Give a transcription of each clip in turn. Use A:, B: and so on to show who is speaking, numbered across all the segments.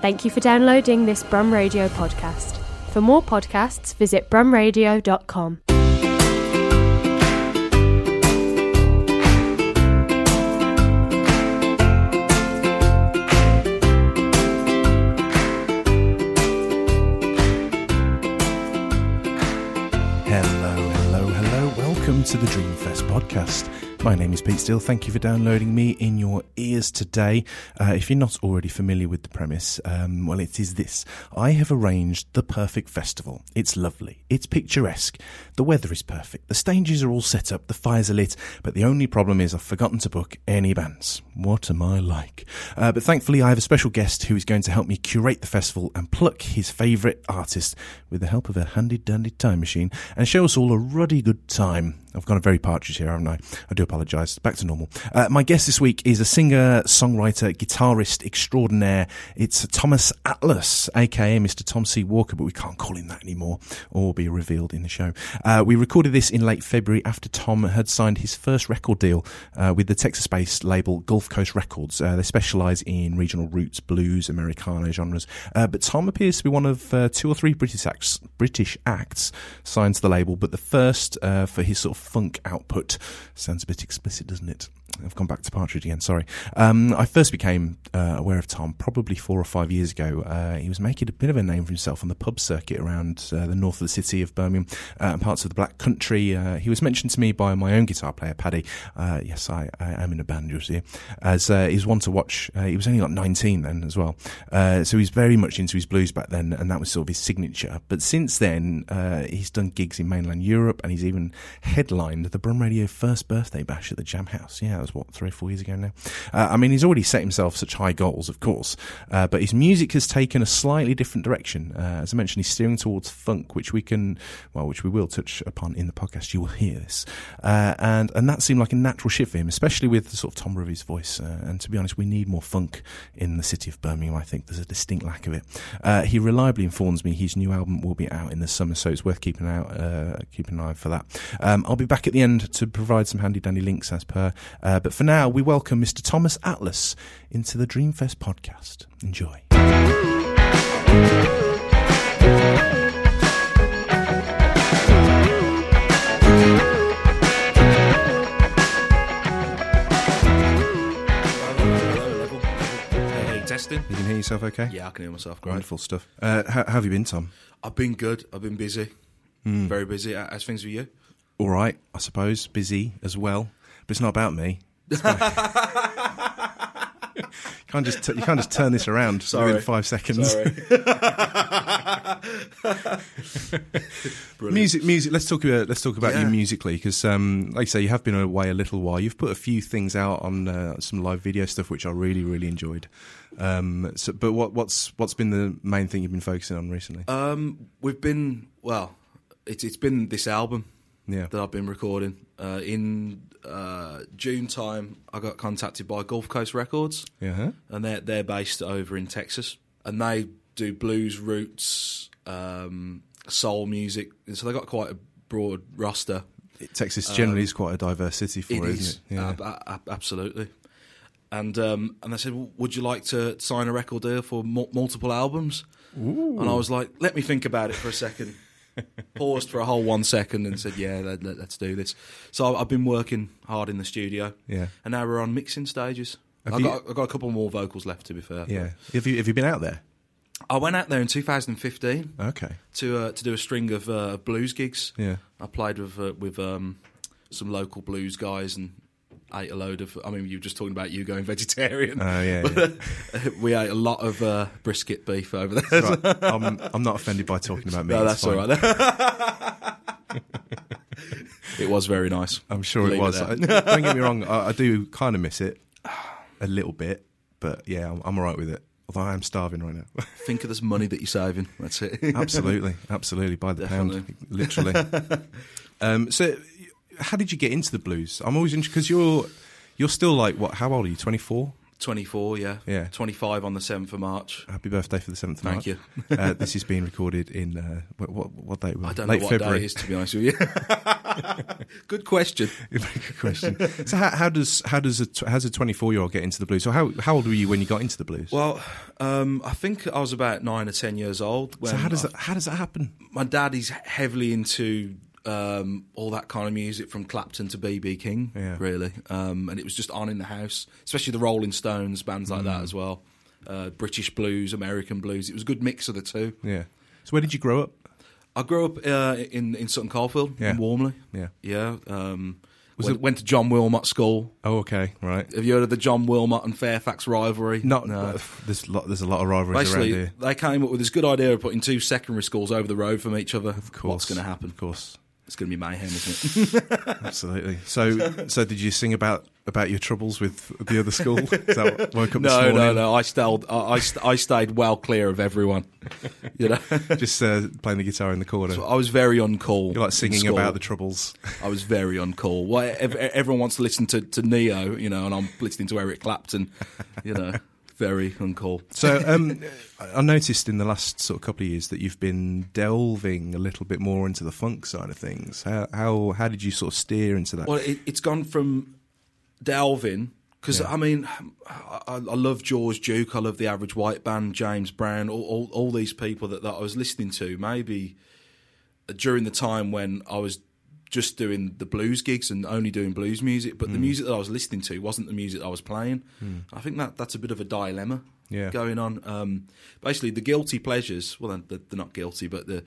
A: Thank you for downloading this Brum Radio podcast. For more podcasts, visit brumradio.com.
B: Hello, hello, hello. Welcome to the Dreamfest podcast. My name is Pete Steele. Thank you for downloading me in your ears today. Uh, if you're not already familiar with the premise, um, well, it is this I have arranged the perfect festival. It's lovely, it's picturesque, the weather is perfect, the stages are all set up, the fires are lit, but the only problem is I've forgotten to book any bands. What am I like? Uh, but thankfully, I have a special guest who is going to help me curate the festival and pluck his favourite artist with the help of a handy dandy time machine and show us all a ruddy good time. I've gone a very partridge here, haven't I? I do apologise. Back to normal. Uh, my guest this week is a singer, songwriter, guitarist extraordinaire. It's Thomas Atlas, aka Mr. Tom C. Walker, but we can't call him that anymore or be revealed in the show. Uh, we recorded this in late February after Tom had signed his first record deal uh, with the Texas based label Gulf Coast Records. Uh, they specialise in regional roots, blues, Americana genres. Uh, but Tom appears to be one of uh, two or three British acts, British acts signed to the label, but the first uh, for his sort of funk output. Sounds a bit explicit, doesn't it? I've gone back to Partridge again, sorry. Um, I first became uh, aware of Tom probably four or five years ago. Uh, he was making a bit of a name for himself on the pub circuit around uh, the north of the city of Birmingham uh, and parts of the Black Country. Uh, he was mentioned to me by my own guitar player, Paddy. Uh, yes, I, I am in a band, you'll see. As uh, he's one to watch. Uh, he was only like 19 then as well. Uh, so he was very much into his blues back then, and that was sort of his signature. But since then, uh, he's done gigs in mainland Europe and he's even headlined the Brum Radio first birthday bash at the Jam House. Yeah, that was what, three or four years ago now? Uh, I mean, he's already set himself such high goals, of course, uh, but his music has taken a slightly different direction. Uh, as I mentioned, he's steering towards funk, which we can, well, which we will touch upon in the podcast. You will hear this. Uh, and, and that seemed like a natural shift for him, especially with the sort of timbre of his voice. Uh, and to be honest, we need more funk in the city of Birmingham, I think. There's a distinct lack of it. Uh, he reliably informs me his new album will be out in the summer, so it's worth keeping out, uh, keeping an eye for that. Um, I'll be back at the end to provide some handy dandy links as per. Uh, but for now, we welcome Mr. Thomas Atlas into the Dreamfest podcast. Enjoy.
C: Hey, testing.
B: You can hear yourself okay?
C: Yeah, I can hear myself. Great.
B: Wonderful stuff. Uh, how, how have you been, Tom?
C: I've been good. I've been busy. Very busy. A- As things with you?
B: All right, I suppose. Busy as well, but it's not about me. It's about- can't just t- you can't just turn this around
C: Sorry.
B: within five seconds. Music, music. Let's talk about let's talk about you
C: Yeah.
B: musically because, um, like I say, you have been away a little while. You've put a few things out on uh, some live video stuff, which I really really enjoyed. Um, so, but what, what's what's been the main thing you've been focusing on recently?
C: Um, we've been well. It's it's been this album
B: Yeah.
C: that I've been recording. Uh, in uh, June time, I got contacted by Gulf Coast Records,
B: yeah, huh?
C: and they're they're based over in Texas, and they do blues, roots, um, soul music. And so they got quite a broad roster.
B: Texas generally is quite a diverse city for
C: It
B: it,
C: is. Uh,
B: isn't it? Yeah.
C: Ab- a- ab- absolutely. And um, and they said, "W- would you like to sign a record deal for mul multiple albums? And I was like, let me think about it for a second. Paused for a whole one second and said, yeah, let, let, us do this. So I- I've been working hard in the studio.
B: Yeah.
C: And now we're on mixing stages.
B: Have
C: I've,
B: you-
C: got, I've got a couple more vocals left, to be fair.
B: yeah. Have you have you been out there?
C: I went out there in 2015
B: Okay.
C: to uh, to do a string of uh, blues gigs.
B: Yeah.
C: I played with uh, with um, some local blues guys and ate a load of. I mean, you were just talking about you going vegetarian.
B: Oh yeah. yeah.
C: But, uh, we ate a lot of uh, brisket beef over there.
B: Right. I'm, I'm not offended by talking about me.
C: no,
B: it's
C: that's
B: fine.
C: all right. it was very nice.
B: I'm sure it
C: Leave
B: was.
C: there.
B: I- don't get me wrong. I, I do kind of miss it a little bit, but yeah, I'm, I'm all right with it. Although I am starving right now.
C: Think of this money that you're saving. That's it.
B: absolutely, absolutely, by the
C: Definitely.
B: pound, literally. um, so, how did you get into the blues? I'm always interested because you're you're still like what? How old are you? 24.
C: 24, yeah.
B: Yeah.
C: 25 on the 7th of March.
B: Happy birthday for the seventh. of
C: Thank
B: March. uh, this is being recorded in uh, what, what what date? were we?
C: I don't
B: Late
C: know what
B: February.
C: day it is, to be honest with you. Good question.
B: Good question. so how, how does how does a tw- how's a twenty four year old get into the blues? So how how old were you when you got into the blues?
C: Well, um, I think I was about nine or 10 years old. When
B: so how does
C: I-
B: that how does that happen?
C: my dad is heavily into um, all that kind of music from Clapton to BB King,
B: Yeah.
C: really. Um, and it was just on in the house, especially the Rolling Stones, bands like
B: Mm.
C: that as well. Uh, British blues, American blues. It was a good mix of the two.
B: Yeah. So where did you grow up?
C: I grew up uh, in in Sutton Coldfield,
B: Yeah.
C: in Warmley.
B: Yeah.
C: Yeah, um,
B: Was
C: went,
B: it-
C: went to John Wilmot School.
B: Oh, okay, right.
C: Have you heard of the John Wilmot and Fairfax rivalry?
B: Not uh, there's lot there's a lot of rivalries around
C: Basically,
B: here.
C: they came up with this good idea of putting two secondary schools over the road from each other. Of
B: course.
C: what's going to happen?
B: Of course,
C: It's going to be mayhem, isn't it?
B: absolutely. So so did you sing about about your troubles with the other school? Is that what woke up this
C: No,
B: morning?
C: no, no. I stayed. I, I, st- I stayed well clear of everyone. You know,
B: Just uh, playing the guitar in the corner.
C: I was very uncool.
B: You're like
C: in
B: singing
C: school.
B: about the troubles.
C: I was very uncool. Why ev- e, everyone wants to listen to, to Neo, you know, and I'm listening to Eric Clapton. You know, very uncool.
B: So um, I I noticed in the last sort of couple of years that you've been delving a little bit more into the funk side of things. How how, how did you sort of steer into that?
C: Well, it, it's gone from Dalvin because I mean, I, I love George Duke. I love the Average White Band, James Brown, all, all, all these people that, that I was listening to. Maybe during the time when I was just doing the blues gigs and only doing blues music, but the
B: Mm.
C: music that I was listening to wasn't the music that I was playing. I think that that's a bit of a dilemma
B: Yeah.
C: going on. Um, basically, the guilty pleasures. Well, they're, they're not guilty, but the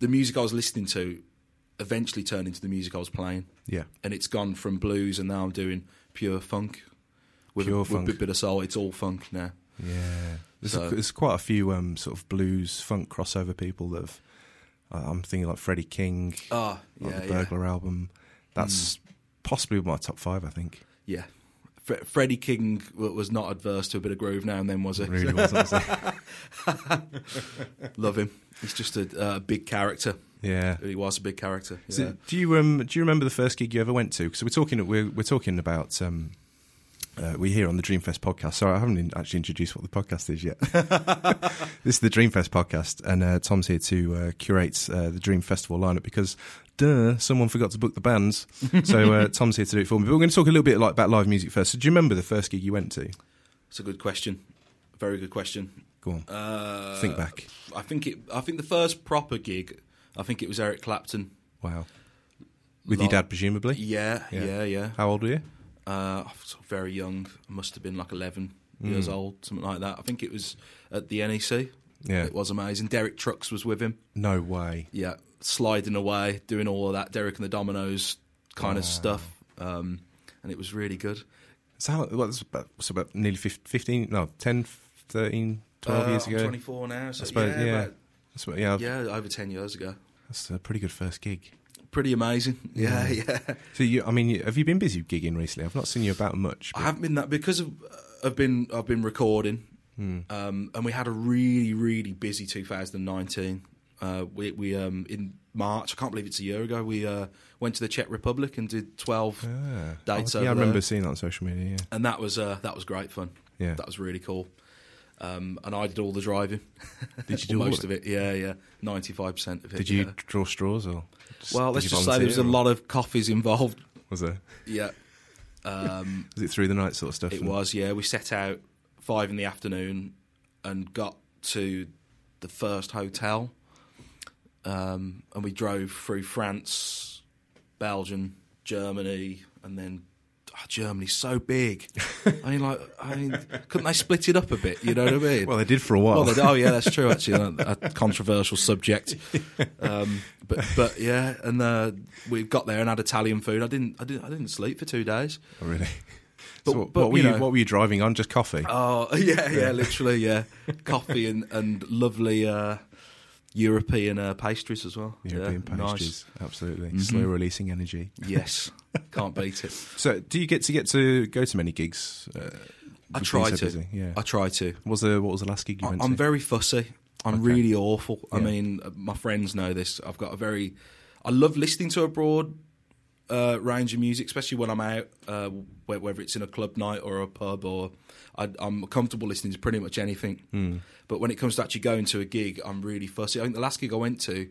C: the music I was listening to eventually turned into the music I was playing
B: yeah,
C: and it's gone from blues and now I'm doing pure funk with,
B: Pure
C: a, with
B: funk.
C: a bit of soul. It's all funk now.
B: yeah. There's, a,
C: So-
B: there's quite a few um, sort of blues funk crossover people that have. I- I'm thinking like Freddie King,
C: Ah,
B: like
C: yeah, Hmm.
B: the
C: yeah,
B: Burglar album. That's possibly my top five. I think.
C: yeah. Fre- Freddie King w- was not adverse to a bit of groove now and then, was he?
B: Really was, honestly.
C: Love him. He's just a uh, big character.
B: yeah.
C: He was a big character. Yeah.
B: So do you um, do you remember the first gig you ever went to? Because we're talking we're, we're talking about um, uh, we here on the Dreamfest podcast. Sorry, I haven't in- actually introduced what the podcast is yet. this is the Dreamfest podcast, and uh, Tom's here to uh, curate uh, the Dream Festival lineup because. Duh, someone forgot to book the bands. So uh, Tom's here to do it for me. But we're going to talk a little bit like about live music first. So, do you remember the first gig you went to?
C: It's a good question. Very good question.
B: Go on.
C: Uh,
B: Think back.
C: I think it. I think the first proper gig. I think it was Eric Clapton.
B: Wow. With your
C: Lot-
B: dad, presumably?
C: Yeah,
B: Yeah.
C: yeah, yeah.
B: How old were you?
C: Uh, I was very young. I must have been like 11
B: Hmm.
C: years old, something like that. I think it was at the NEC.
B: Yeah.
C: It was amazing. Derek Trucks was with him.
B: No way.
C: Yeah, sliding away, doing all of that Derek and the Dominoes kind of stuff. Um, and it was really good.
B: So how, well, it's about, it's about nearly fif- 15, no, 10, 13, 12
C: Uh,
B: years
C: I'm
B: ago.
C: 24 now, so
B: I suppose,
C: yeah,
B: yeah.
C: about-
B: That's, what- yeah,
C: yeah, over 10 years ago.
B: that's a pretty good first gig.
C: Pretty amazing. Yeah, yeah.
B: So, you, I mean, you- have you been busy gigging recently? I've not seen you about much.
C: I
B: but-
C: haven't been that because of, I've been I've been recording,
B: Hmm.
C: um, and we had a really really busy 2019. Uh, we we um, in March, I can't believe it's a year ago. We uh, went to the Czech Republic and did 12
B: Ah.
C: dates
B: Oh,
C: over
B: yeah, I remember
C: there.
B: seeing that on social media,
C: and that was uh, that was great fun.
B: yeah.
C: That was really cool. Um, and I did all the driving.
B: Did you
C: Or
B: do all
C: most
B: of
C: of it? Yeah, yeah, ninety five percent of it.
B: Did you
C: yeah.
B: draw straws or? Just,
C: Well,
B: did
C: let's
B: you
C: just say there was a
B: volunteer or-
C: lot of coffees involved.
B: Was there?
C: Yeah, um,
B: Was it through the night sort of stuff?
C: it
B: and-
C: was. Yeah, we set out five in the afternoon and got to the first hotel, um, and we drove through France, Belgium, Germany, and then. oh, Germany's so big. I mean, like, I mean, couldn't they split it up a bit? You know what I mean?
B: Well, they did for a while.
C: Well, they- oh yeah, that's true. Actually, a a controversial subject. Um, but but yeah, and uh, we got there and had Italian food. I didn't I didn't I didn't sleep for two days.
B: Oh, really?
C: But-
B: so what,
C: but,
B: what were
C: you
B: you,
C: know-
B: what were you driving on? Just coffee?
C: Oh yeah, yeah, literally yeah, coffee and and lovely uh, European uh, pastries as well.
B: European
C: yeah, nice. Mm-hmm.
B: pastries, absolutely. Slow releasing energy.
C: Yes, can't beat it.
B: So, do you get to get to go to many gigs? Uh,
C: I
B: with being
C: try
B: so
C: to.
B: busy? Yeah.
C: I try to.
B: What was the what was the last gig you went
C: I- I'm
B: to?
C: very fussy. I'm
B: Okay.
C: really awful. I
B: Yeah.
C: mean, uh, my friends know this. I've got a very. I love listening to abroad uh, range of music, especially when I'm out, uh, wh- whether it's in a club night or a pub, or I, I'm comfortable listening to pretty much anything.
B: Hmm.
C: But when it comes to actually going to a gig, I'm really fussy. I think the last gig I went to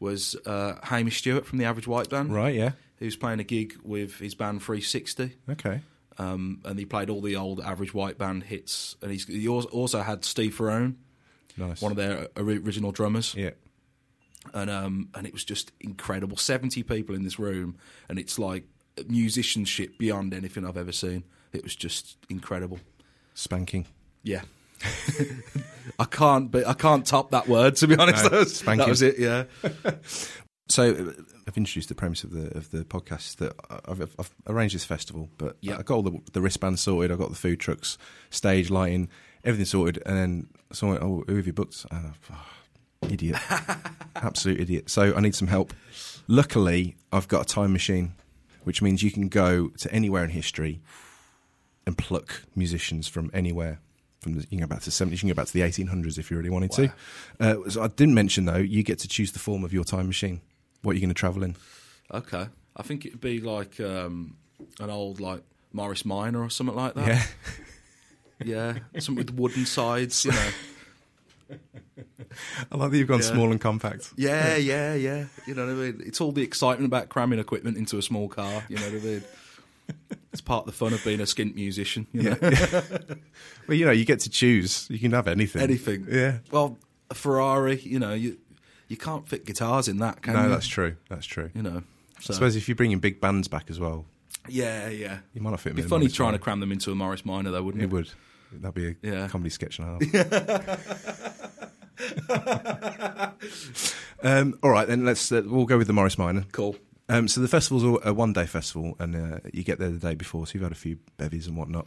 C: was uh, Hamish Stewart from the Average White Band,
B: Right, yeah.
C: who was playing a gig with his band 360
B: Okay.
C: um, and he played all the old average white band hits. And he's, he al- also had Steve Ferrone,
B: Nice.
C: one of their ori- original drummers,
B: yeah.
C: and um, and it was just incredible. Seventy people in this room, and it's like musicianship beyond anything I've ever seen. It was just incredible.
B: Spanking.
C: Yeah. I can't, but I can't top that word. To be honest,
B: No,
C: that, was,
B: spanking.
C: that was it. Yeah,
B: So uh, I've introduced the premise of the of the podcast that I- I've, I've, I've arranged this festival, but
C: Yeah.
B: I got all the, the wristbands sorted. I got the food trucks, stage lighting, everything sorted, and then someone, went, oh, who have you booked? And I, oh, idiot, absolute idiot. So I need some help. Luckily, I've got a time machine, which means you can go to anywhere in history and pluck musicians from anywhere. From the, you can go back to the 70s, you can go back to the 1800s if you really wanted to. Uh, so I didn't mention though, you get to choose the form of your time machine. What are you going to travel in?
C: okay. I think it'd be like um, an old like Morris Minor or something like that.
B: Yeah,
C: yeah, something with wooden sides. You know.
B: I like that you've gone
C: Yeah.
B: small and compact.
C: Yeah, yeah, yeah. You know what I mean? It's all the excitement about cramming equipment into a small car. You know what I mean? It's part of the fun of being a skint musician. You know?
B: Well, you know, you get to choose. You can have anything.
C: Anything.
B: Yeah.
C: Well, a Ferrari, you know, you you can't fit guitars in that, can
B: No,
C: you?
B: that's true. That's true.
C: You know. So,
B: I suppose if you're bringing big bands back as well,
C: yeah, yeah.
B: you might not fit.
C: It'd be funny trying to cram them into a Morris Minor, though, wouldn't it?
B: It would. That'd be a
C: Yeah.
B: comedy sketch and a half. um, all right, then let's. Uh, we'll go with the Morris Minor.
C: Cool.
B: Um, so the festival's a a one-day festival, and uh, you get there the day before, so you've had a few bevies and whatnot.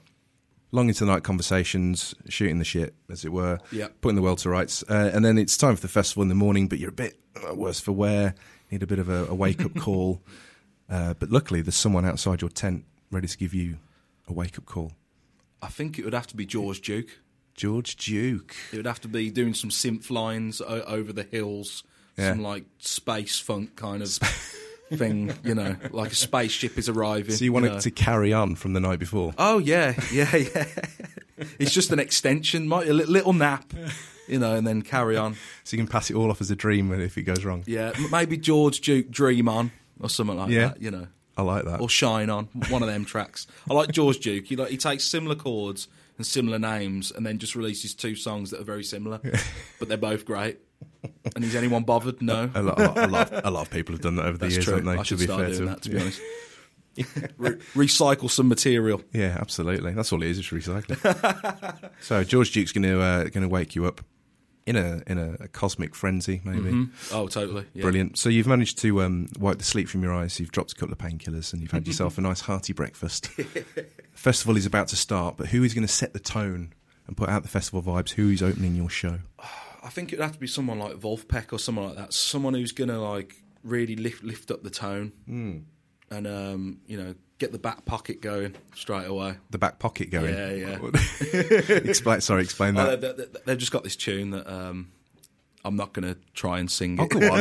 B: Long into the night conversations, shooting the shit, as it were,
C: Yeah.
B: putting the world to rights. Uh, and then it's time for the festival in the morning, but you're a bit uh, worse for wear, need a bit of a, a wake-up call. Uh, but luckily, there's someone outside your tent ready to give you a wake-up call.
C: I think it would have to be George Duke.
B: George Duke.
C: It would have to be doing some synth lines o- over the hills,
B: Yeah.
C: some like space funk kind of thing, you know, like a spaceship is arriving.
B: So you want
C: know.
B: it to carry on from the night before?
C: Oh yeah, yeah, yeah. it's just an extension, might a li- little nap, you know, and then carry on.
B: So you can pass it all off as a dream if it goes wrong.
C: Yeah, m- maybe George Duke dream on or something like
B: Yeah.
C: that, you know,
B: I like that.
C: or shine on one of them tracks. I like George Duke. He like he takes similar chords and similar names, and then just releases two songs that are very similar, but they're both great. And is anyone bothered? No.
B: A lot, a, lot, a, lot, a lot of people have done that over the
C: That's
B: years,
C: true.
B: haven't they?
C: I should start doing that, to be
B: Yeah.
C: honest. Re- recycle some material.
B: Yeah, absolutely. That's all it is. It's recycling. so George Duke's going to uh, going to wake you up in a in a, a cosmic frenzy, maybe.
C: Oh, totally. Yeah.
B: Brilliant. So you've managed to um, wipe the sleep from your eyes. You've dropped a couple of painkillers, and you've had yourself a nice hearty breakfast. festival is about to start, but who is going to set the tone and put out the festival vibes? Who is opening your show?
C: I think it'd have to be someone like Wolfpack or someone like that. Someone who's gonna like really lift lift up the tone
B: Hmm.
C: and um, you know get the back pocket going straight away.
B: The back pocket going.
C: Yeah, yeah.
B: explain. Sorry, explain
C: Oh,
B: that.
C: they, they, they've just got this tune that um, I'm not gonna try and sing.
B: Oh,
C: It.
B: come on.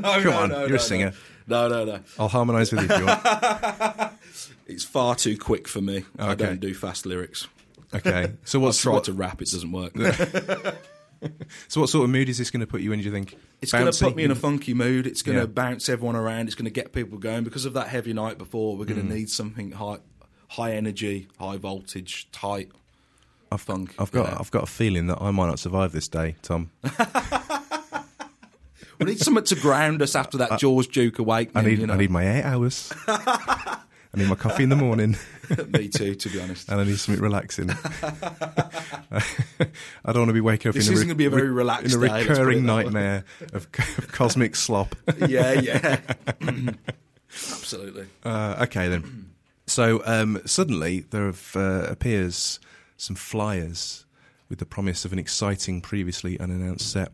C: no,
B: Come on, you're a singer.
C: No, no, no.
B: I'll harmonise with you if you want.
C: It's far too quick for me. I
B: Okay.
C: don't do fast lyrics.
B: Okay. So
C: I'll
B: what's
C: try
B: what,
C: to rap. It doesn't work.
B: so what sort of mood is this going to put you in? Do you think
C: It's going
B: Bouncy?
C: to put me in a funky mood. It's going to
B: Yeah.
C: bounce everyone around. It's going to get people going because of that heavy night before. We're going to need something high, high energy, high voltage, tight.
B: I've,
C: funk,
B: I've got
C: you know.
B: I've got a feeling that I might not survive this day, Tom.
C: We need something to ground us after that George Duke
B: I
C: awakening.
B: need
C: you know?
B: I need my eight hours. I need my coffee in the morning,
C: me too, to be honest.
B: and I need something relaxing. I don't want to be waking up
C: This
B: in a
C: isn't gonna be a very relaxed
B: in a
C: day, let's put it
B: recurring
C: that way.
B: nightmare of, co- of cosmic slop.
C: yeah, yeah, absolutely.
B: Uh, okay then. So um, suddenly there have, uh, appears some flyers with the promise of an exciting, previously unannounced set.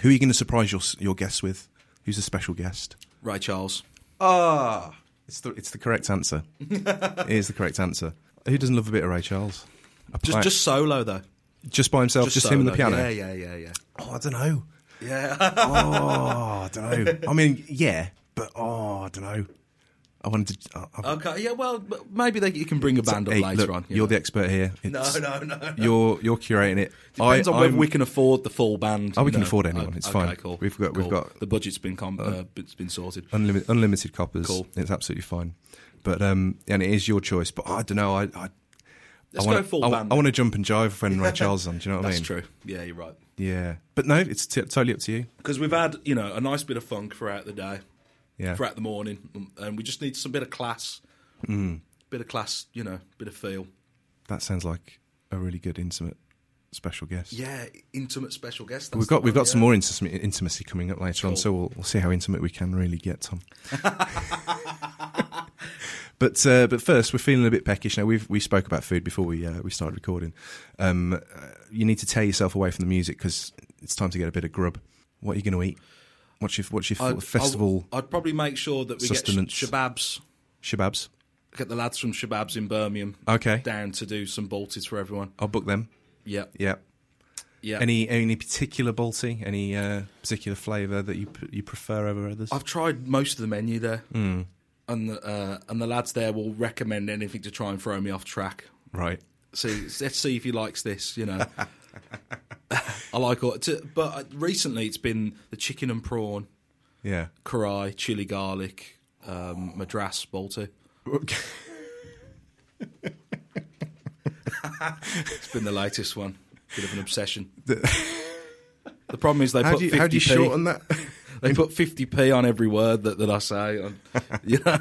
B: Who are you going to surprise your your guests with? Who's a special guest?
C: Ray Charles.
B: Ah, it's the it's the correct answer. it is the correct answer. Who doesn't love a bit of Ray Charles? A
C: Just,
B: pla-
C: just solo though.
B: just by himself, just, him and the
C: solo.
B: piano.
C: Yeah, yeah, yeah,
B: Oh, I don't know.
C: yeah. Yeah.
B: Oh, I don't know. I mean, yeah, but oh, I don't know. I wanted to. I- I-
C: Okay, yeah, well, m- maybe they, you can bring a band up
B: Hey,
C: later
B: look,
C: on. you
B: You're the
C: know.
B: expert here. It's-
C: no, no, no. no.
B: You're you're curating it.
C: Depends
B: I,
C: on whether
B: I'm-
C: we can afford the full band.
B: Oh, we can
C: No.
B: afford anyone, it's fine.
C: Cool.
B: We've got- we've
C: cool.
B: got-
C: the budget's been com- uh, it's been sorted.
B: unlimited unlimited coppers.
C: Cool.
B: It's absolutely fine. But um, and it is your choice. But I don't know. I I,
C: Let's
B: I wanna,
C: go full
B: I,
C: band.
B: want to jump and jive when Ray Charles is on. Do you know what I
C: That's
B: mean?
C: true. Yeah, you're right.
B: Yeah. But no, it's t- totally up to you.
C: Because we've had you know a nice bit of funk throughout the day,
B: Yeah.
C: throughout the morning, um, and we just need some bit of class,
B: Mm.
C: bit of class, you know, bit of feel.
B: That sounds like a really good intimate special guest.
C: Yeah, intimate special guest. that's
B: We've got
C: the
B: we've
C: one,
B: got some
C: yeah.
B: more intimacy, intimacy coming up later on,
C: Cool.
B: so we'll, we'll see how intimate we can really get, Tom. but uh, but first, we're feeling a bit peckish now. We've we spoke about food before we uh, we started recording. Um, uh, you need to tear yourself away from the music because it's time to get a bit of grub. What are you going to eat? What's your what's your f- festival
C: I'd, I'd probably make sure that we
B: sustenance.
C: get sh- shababs.
B: shababs?
C: Get the lads from Shababs in Birmingham
B: Okay,
C: down to do some bolties for everyone.
B: I'll book them.
C: Yeah,
B: Yeah.
C: yeah.
B: Any any particular balti? Any uh, particular flavour that you p- you prefer over others?
C: I've tried most of the menu there,
B: Mm.
C: and the, uh, and the lads there will recommend anything to try and throw me off track.
B: right.
C: See, let's see if he likes this. You know, I like all. To, but uh, recently, it's been the chicken and prawn,
B: Yeah.
C: karai, chili garlic, um, madras, balti. It's been the latest one. Bit of an obsession. the problem is they
B: How
C: put
B: do, you,
C: 50p.
B: how do you shorten that?
C: They put 50p on every word that, that I say. On, you know?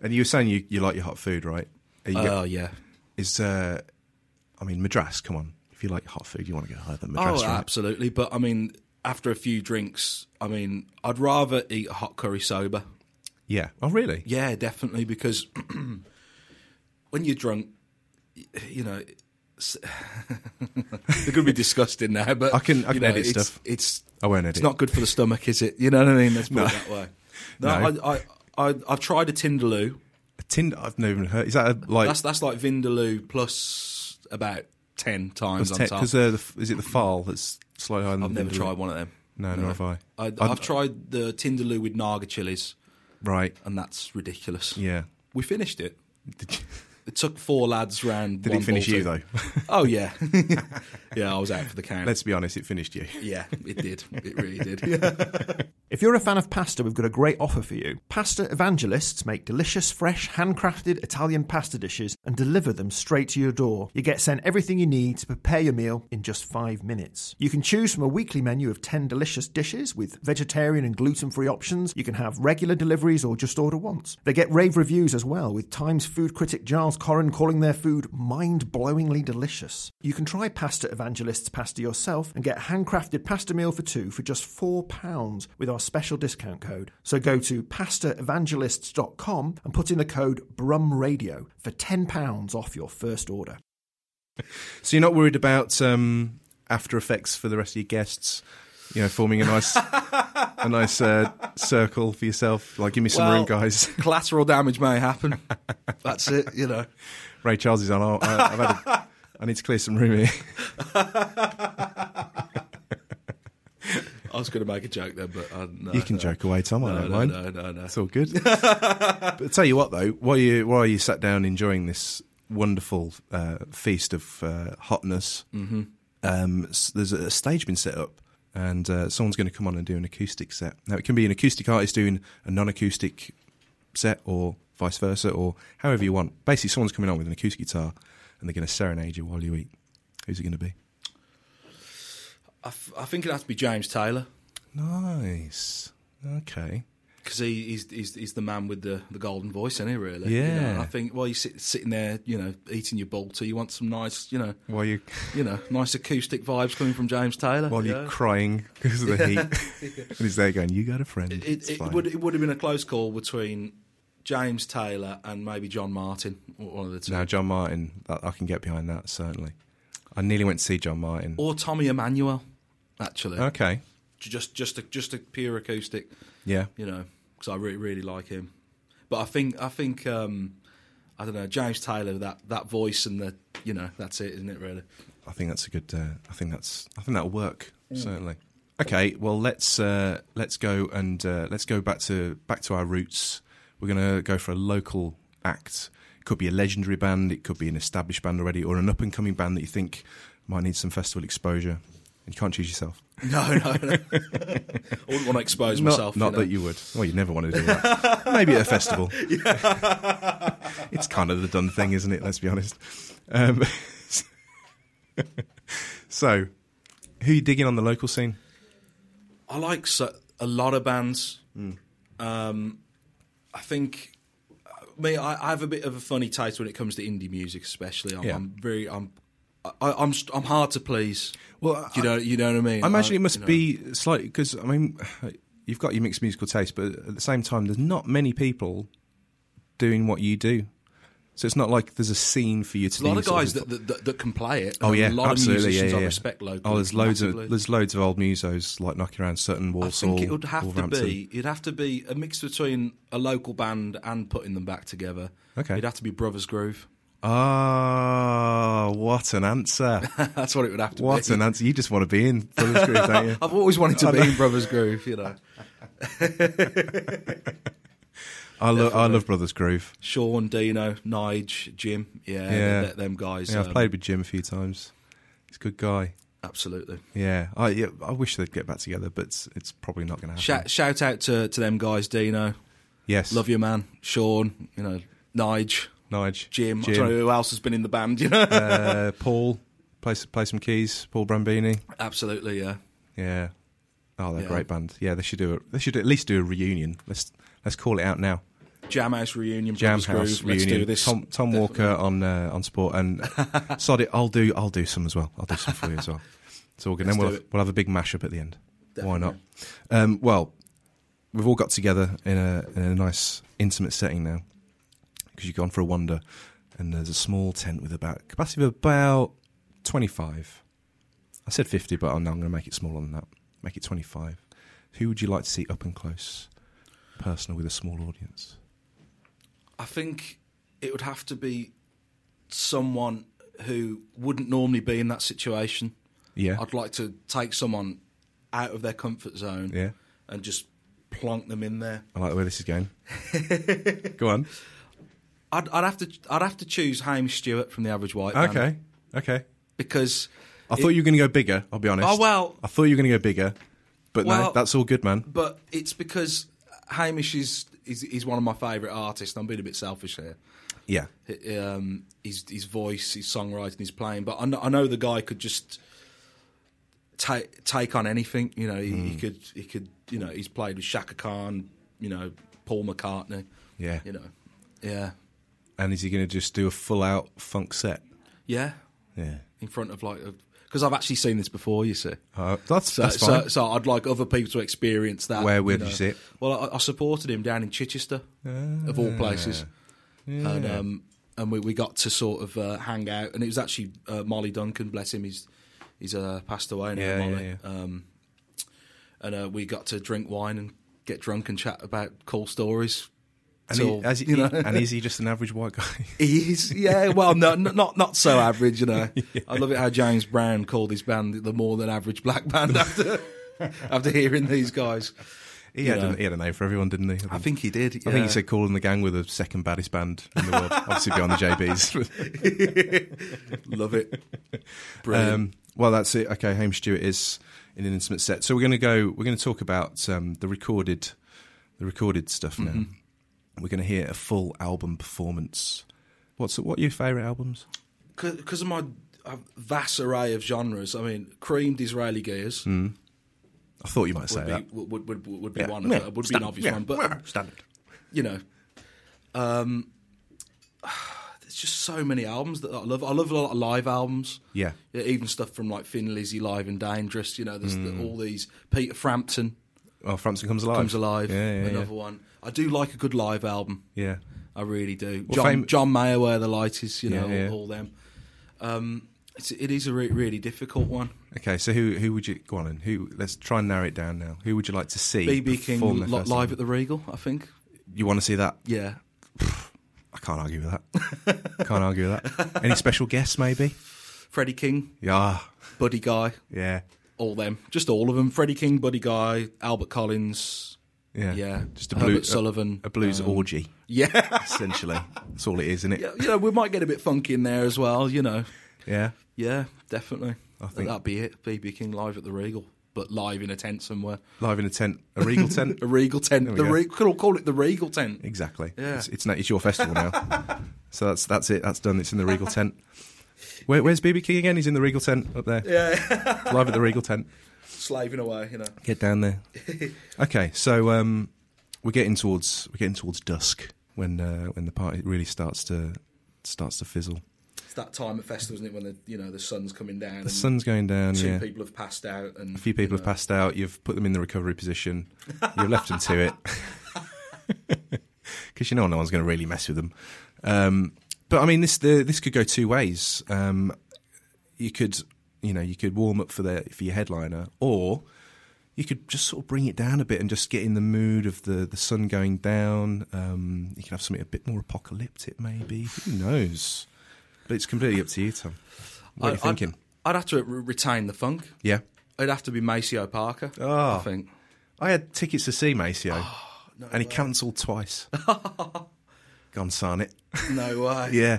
B: and you were saying you, you like your hot food, right? Are you
C: Oh, yeah.
B: is uh, I mean Madras? Come on, if you like hot food, you want to go higher than Madras,
C: oh,
B: right?
C: absolutely. But I mean, after a few drinks, I mean, I'd rather eat a hot curry sober.
B: Yeah. Oh, really?
C: Yeah, definitely. Because when you're drunk, y- you know, it's- they're going to be disgusting now. But
B: I can- I
C: you
B: can
C: know,
B: edit
C: it's-
B: stuff.
C: It's
B: I won't edit.
C: it's not good for the stomach, is it? You know what I mean? Let's put
B: No.
C: it that way. No,
B: No.
C: I, I, I, I've tried a Tindaloo.
B: a tinder. I've never even heard. Is that a, like
C: That's that's like Vindaloo plus about ten times on top.
B: because uh, the, f- is it the file that's slightly higher than
C: I've never
B: the,
C: tried one of them.
B: No, nor have I.
C: I
B: I'd-
C: I've tried the Tindaloo with Naga chilies,
B: Right.
C: and that's ridiculous.
B: Yeah.
C: We finished it.
B: Did, you,
C: It took four lads round.
B: did
C: one
B: it finish
C: ball
B: you
C: to-
B: though?
C: Oh yeah, yeah. I was out for the count.
B: Let's be honest, it finished you.
C: yeah, it did. It really did.
D: If you're a fan of pasta, we've got a great offer for you. Pasta Evangelists make delicious, fresh, handcrafted Italian pasta dishes and deliver them straight to your door. You get sent everything you need to prepare your meal in just five minutes. You can choose from a weekly menu of 10 delicious dishes with vegetarian and gluten free options. You can have regular deliveries or just order once. They get rave reviews as well, with Times food critic Giles Corran calling their food mind blowingly delicious. You can try Pasta Evangelists pasta yourself and get a handcrafted pasta meal for two for just £4 with our special discount code. So go to pastaevangelists.com and put in the code BRUMRADIO for £10 off your first order.
B: So you're not worried about um, after effects for the rest of your guests? You know, forming a nice, a nice uh, circle for yourself. Like, give me some room,
C: Well,
B: guys.
C: Collateral damage may happen. That's it. You know.
B: Ray Charles is on. Oh, I, I've had a, I need to clear some room here.
C: I was going to make a joke then, but uh, no,
B: you can
C: no.
B: joke away, Tom. I
C: No,
B: don't
C: no,
B: mind.
C: no, no, no.
B: It's all good. but I tell you what, though, while you while you sat down enjoying this wonderful uh, feast of uh, hotness, um, s- there's a stage been set up, and uh, someone's going to come on and do an acoustic set. Now, it can be an acoustic artist doing a non-acoustic set, or vice versa, or however you want. Basically, someone's coming on with an acoustic guitar, and they're going to serenade you while you eat. Who's it going to be?
C: I, f- I think it has to be James Taylor
B: Nice. Okay.
C: because he, he's, he's he's the man with the, the golden voice, isn't he? Really? You
B: Yeah.
C: know, I think. Well, you sit sitting there, you know, eating your balter. You want some nice, you know,
B: While you
C: you know, nice acoustic vibes coming from James Taylor.
B: while
C: yeah.
B: you're crying because of the heat. and he's there going, "You got a friend."
C: it,
B: It's
C: it
B: fine."
C: would it would have been a close call between James Taylor and maybe John Martin, one of the two,
B: Now, John Martin, that, I can get behind that certainly. I nearly went to see John Martin.
C: or Tommy Emmanuel. Actually,
B: Okay,
C: just just a, just a pure acoustic,
B: yeah,
C: you know, because I really really like him. But I think I think um, I don't know James Taylor that that voice and the you know that's it, isn't it? Really,
B: I think that's a good. Uh, I think that's. I think that'll work certainly. Okay, well let's uh, let's go and uh, let's go back to back to our roots. We're going to go for a local act. It could be a legendary band, it could be an established band already, or an up and coming band that you think might need some festival exposure. You can't choose yourself.
C: No, no, no. I wouldn't want to expose
B: not,
C: myself.
B: Not that you would. Well, you never want to do that. Maybe at a festival. it's kind of the done thing, isn't it? Let's be honest. Um, so, who you digging on the local scene?
C: I like so, a lot of bands.
B: Mm.
C: Um, I think uh, me. I, I have a bit of a funny taste when it comes to indie music, especially. I'm,
B: Yeah.
C: I'm very. I'm. I, I'm. st- I'm hard to please.
B: Well,
C: you know. You know what I mean.
B: I imagine
C: I-
B: it
C: you
B: must
C: know.
B: be slightly because I mean, you've got your mixed musical taste, but at the same time, there's not many people doing what you do. So it's not like there's a scene for you to.
C: There's a lot
B: be
C: of
B: sort
C: guys that, that, that, that can play it.
B: Oh yeah,
C: a lot
B: absolutely.
C: of musicians
B: yeah, yeah,
C: I
B: yeah.
C: respect locally.
B: Oh, there's loads
C: massively.
B: of there's loads of old musos like knocking around Sutton,
C: I
B: Walsall.
C: think it would have to
B: Wolverhampton.
C: be. It'd have to be a mix between a local band and putting them back together.
B: Okay.
C: It'd have to be Brothers Groove.
B: Ah, what an answer!
C: That's what it would have to
B: What
C: be.
B: an answer! You just want to be in Fuller's Group, don't you?
C: I've always wanted to be in Brothers Groove, you know.
B: I love I love Brothers Groove.
C: Sean, Dino, Nige, Jim, yeah,
B: Yeah.
C: th- them guys.
B: Yeah, I've
C: um,
B: played with Jim a few times. He's a good guy.
C: Absolutely.
B: Yeah, I yeah, I wish they'd get back together, but it's, it's probably not going to happen.
C: Shout, shout out to, to them guys, Dino,
B: yes,
C: love you, man. Sean, you know, Nige,
B: Nige,
C: Jim. I don't know who else has been in the band, you know.
B: uh, Paul, play s- play some keys. Paul Brambini.
C: absolutely, yeah.
B: Yeah. Oh, they're a
C: Yeah.
B: great band. Yeah, they should do. A, they should at least do a reunion. Let's let's call it out now.
C: Jam House reunion,
B: Jam
C: Brothers
B: House
C: Groove. Let's
B: reunion.
C: do this.
B: Tom Tom Walker on uh, on sport and sod it. I'll do I'll do some as well. I'll do some for you as well. It's all good.
C: Let's
B: then we'll
C: do
B: have, we'll have a big mashup at the end. Why
C: Definitely.
B: not? Um, well, we've all got together in a, in a nice intimate setting now because you've gone for a wander, and there's a small tent with about capacity of about twenty five. I said fifty, but I'm, now I'm going to make it smaller than that. Make it twenty five. Who would you like to see up and close, personal with a small audience?
C: I think it would have to be someone who wouldn't normally be in that situation.
B: Yeah.
C: I'd like to take someone out of their comfort zone
B: Yeah.
C: and just plonk them in there.
B: I like the way this is going. Go on.
C: I'd, I'd have to I'd have to choose Hamish Stewart from the Average White Man
B: Okay. Okay.
C: because
B: I thought you were going to go bigger, I'll be honest.
C: Oh, well-
B: I thought you were going to go bigger, but no,
C: Well-
B: that's all good, man.
C: but it's because Hamish is is, is one of my favourite artists. I'm being a bit selfish here.
B: Yeah.
C: H- Um, his his voice, his songwriting, his playing, but I know, I know the guy could just take take on anything. You know, he, he could he could you know he's played with Shaka Khan, you know Paul McCartney,
B: Yeah.
C: you know, yeah,
B: And is he going to just do a full out funk set?
C: yeah,
B: Yeah.
C: in front of like because I've actually seen this before. You see.
B: Uh, that's,
C: So,
B: that's
C: so,
B: fine.
C: so I'd like other people to experience that.
B: Where would you see it?
C: Well, I, I supported him down in Chichester, of all places, and um, and we, we got to sort of uh, hang out, and it was actually uh, Molly Duncan, bless him, he's he's uh, passed away now,
B: Yeah, yeah,
C: Molly. Um, and uh, we got to drink wine and get drunk and chat about cool stories.
B: and,
C: till,
B: he, as he-
C: you know.
B: and is he just an average white guy?
C: He is, yeah. Well, no, n- not not so average, you know. I love it how James Brown called his band the more than average black band after after hearing these guys.
B: he,
C: You
B: had
C: know.
B: an, he had a name for everyone, didn't he?
C: I think he did.
B: I think he said calling the gang were the second baddest band in the world, obviously beyond the JBs.
C: "Love it." Brilliant.
B: Um, well, that's it. Okay, Hamish Stewart is in an intimate set. So we're going to go. We're going to talk about um, the recorded, the recorded stuff now.
C: Mm-hmm.
B: We're going to hear a full album performance. What's what are your favourite albums?
C: Because of my uh, vast array of genres, I mean, creamed Israeli gears
B: I thought you might Mm. say
C: would, be,
B: that.
C: would, would, would, would be
B: Yeah.
C: one. Of
B: Yeah.
C: the, would be an
B: Standard.
C: obvious
B: Yeah.
C: one, but
B: Yeah. standard.
C: you know, um, there's just so many albums that I love. I love a lot of live albums.
B: Yeah.
C: Yeah, even stuff from like Thin Lizzy Live and Dangerous. You know, there's the,
B: Mm.
C: all these. Peter Frampton
B: Oh, Frampton comes alive.
C: comes alive.
B: Yeah, yeah,
C: another
B: yeah.
C: one. I do like a good live album.
B: yeah.
C: I really do.
B: Well,
C: John
B: fam-
C: John Mayer, where the light is. You
B: Yeah,
C: know, all-
B: yeah.
C: all, them. Um, it's, it is a re- really difficult one.
B: Okay, so who who would you go on? And who? Let's try and narrow it down now. Who would you like to see?
C: BB King
B: perform their
C: li-
B: first
C: live at
B: album?
C: the Regal, I think.
B: You want to see that?
C: Yeah.
B: I can't argue with that. can't argue with that. Any special guests? Maybe.
C: Freddie King,
B: Yeah.
C: Buddy Guy,
B: Yeah.
C: all them, just all of them. Freddie King, Buddy Guy, Albert Collins,
B: Yeah.
C: Yeah.
B: Just a
C: Herbert
B: blues
C: Sullivan.
B: A, blues orgy,
C: Yeah.
B: essentially. That's all it is, isn't it?
C: yeah. You know, we might get a bit funky in there as well, you know.
B: Yeah.
C: Yeah, definitely.
B: I think-
C: that'd be it. BB King live at the Regal, but live in a tent somewhere.
B: Live in a tent, a regal tent.
C: A Regal tent.
B: we
C: The
B: go.
C: Regal, could all call it the Regal tent.
B: Exactly.
C: Yeah.
B: It's, it's, na- it's your festival now. so that's that's it. That's done. It's in the regal tent. Where, where's BB King again? He's in the regal tent up there.
C: Yeah,
B: Live at the regal tent.
C: slaving away, you know.
B: Get down there. Okay, so um, we're getting towards we're getting towards dusk when uh, when the party really starts to starts to fizzle.
C: It's that time at festivals, isn't it, when the you know the sun's coming down,
B: The
C: and
B: sun's going down.
C: two
B: yeah.
C: people have passed out, and
B: A few people have passed out. You've put them in the recovery position. You've left them to it because you know no one's going to really mess with them. Um, but I mean, this the, this could go two ways. Um, you could, you know, you could warm up for the for your headliner, or you could just sort of bring it down a bit and just get in the mood of the the sun going down. Um, you could have something a bit more apocalyptic, maybe. Who knows? But it's completely up to you, Tom. What are you
C: I'd-
B: thinking?
C: I'd, I'd have to re- retain the funk.
B: yeah.
C: It'd have to be Maceo Parker.
B: Oh.
C: I think.
B: I had tickets to see Maceo, and he cancelled twice. Gone son it.
C: No way.
B: Yeah,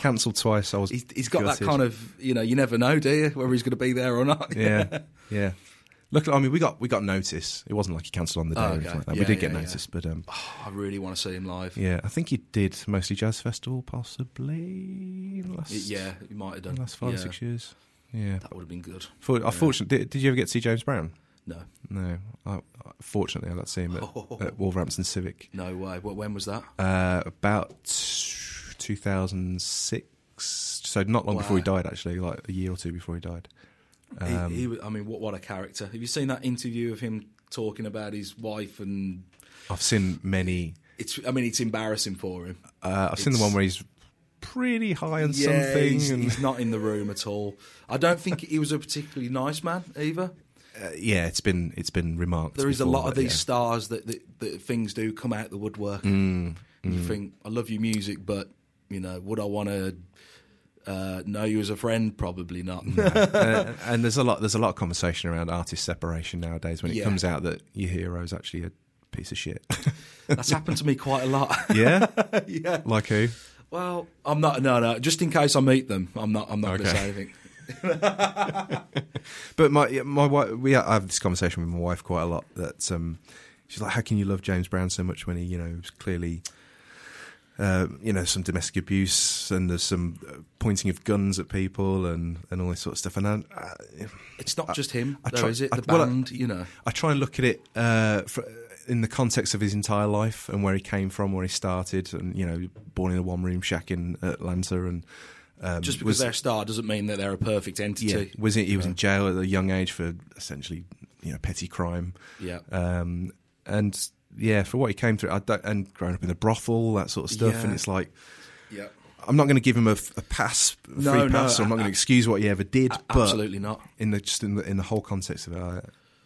B: cancelled twice. I was.
C: Ah. He's, he's got that
B: gutted.
C: kind of you know you never know, do you, whether he's going to be there or not.
B: Yeah, yeah. Look, I mean, we got we got notice. It wasn't like he cancelled on the day or
C: Oh,
B: anything
C: okay.
B: like that. we
C: Yeah,
B: did get
C: yeah, Ah. yeah.
B: notice, but um,
C: I really want to see him live.
B: yeah, I think he did mostly jazz festival, possibly last
C: Yeah, he might have done.
B: last five or
C: yeah.
B: six years. Yeah.
C: That would have been good.
B: For, Unfortunately, did, did you ever get to see James Brown?
C: No,
B: No. I, I, fortunately, I got to see him at, at Wolverhampton Civic.
C: no way. Well, when was that?
B: Uh, about 2006. So not long before he
C: Wow.
B: died, actually, like a year or two before he died. Um,
C: he, he, was- I mean, what what a character! Have you seen that interview of him talking about his wife and?
B: I've seen many.
C: It's. I mean, it's embarrassing for him.
B: Uh, I've seen the
C: It's-
B: one where he's pretty high on something.
C: he's,
B: and,
C: he's not in the room at all. I don't think he was a particularly nice man either.
B: uh, yeah, it's been it's been remarked.
C: There is a
B: before,
C: lot of
B: but
C: these
B: yeah.
C: stars that, that that things do come out the woodwork.
B: Mm,
C: And You think I love your music, but you know, would I want to uh, know you as a friend? Probably not.
B: Uh, and there's a lot there's a lot of conversation around artist separation nowadays when it
C: Yeah.
B: comes out that your hero is actually a piece of shit.
C: That's happened to me quite a lot.
B: yeah,
C: yeah.
B: like who?
C: Well, I'm not. No, no. Just in case I meet them, I'm not. I'm not going
B: Okay.
C: to say anything.
B: But my yeah, my wife, we I have this conversation with my wife quite a lot. That um, she's like, "How can you love James Brown so much when he, you know, was clearly, uh, you know, some domestic abuse and there's some uh, pointing of guns at people and and all this sort of stuff." And I, I,
C: It's not just him,
B: I
C: though,
B: try-
C: is it?
B: I-
C: The
B: well, I-
C: band, you know.
B: I try and look at it uh, fr in the context of his entire life and where he came from, where he started, and you know, born in a one-room shack in Atlanta, and um,
C: Just because
B: was-
C: they're a star doesn't mean that they're a perfect entity.
B: was he, he was in jail at a young age for essentially, you know, petty crime.
C: Yeah.
B: um, and yeah, for what he came through, I don't, and growing up in a brothel, that sort of stuff,
C: Yeah.
B: and it's like
C: Yeah.
B: I'm not going to give him a, f- a pass, a
C: No,
B: free
C: no,
B: pass, or I'm not
C: a-
B: going to excuse what he ever did. but
C: Absolutely not.
B: in the just in the, in the whole context of it,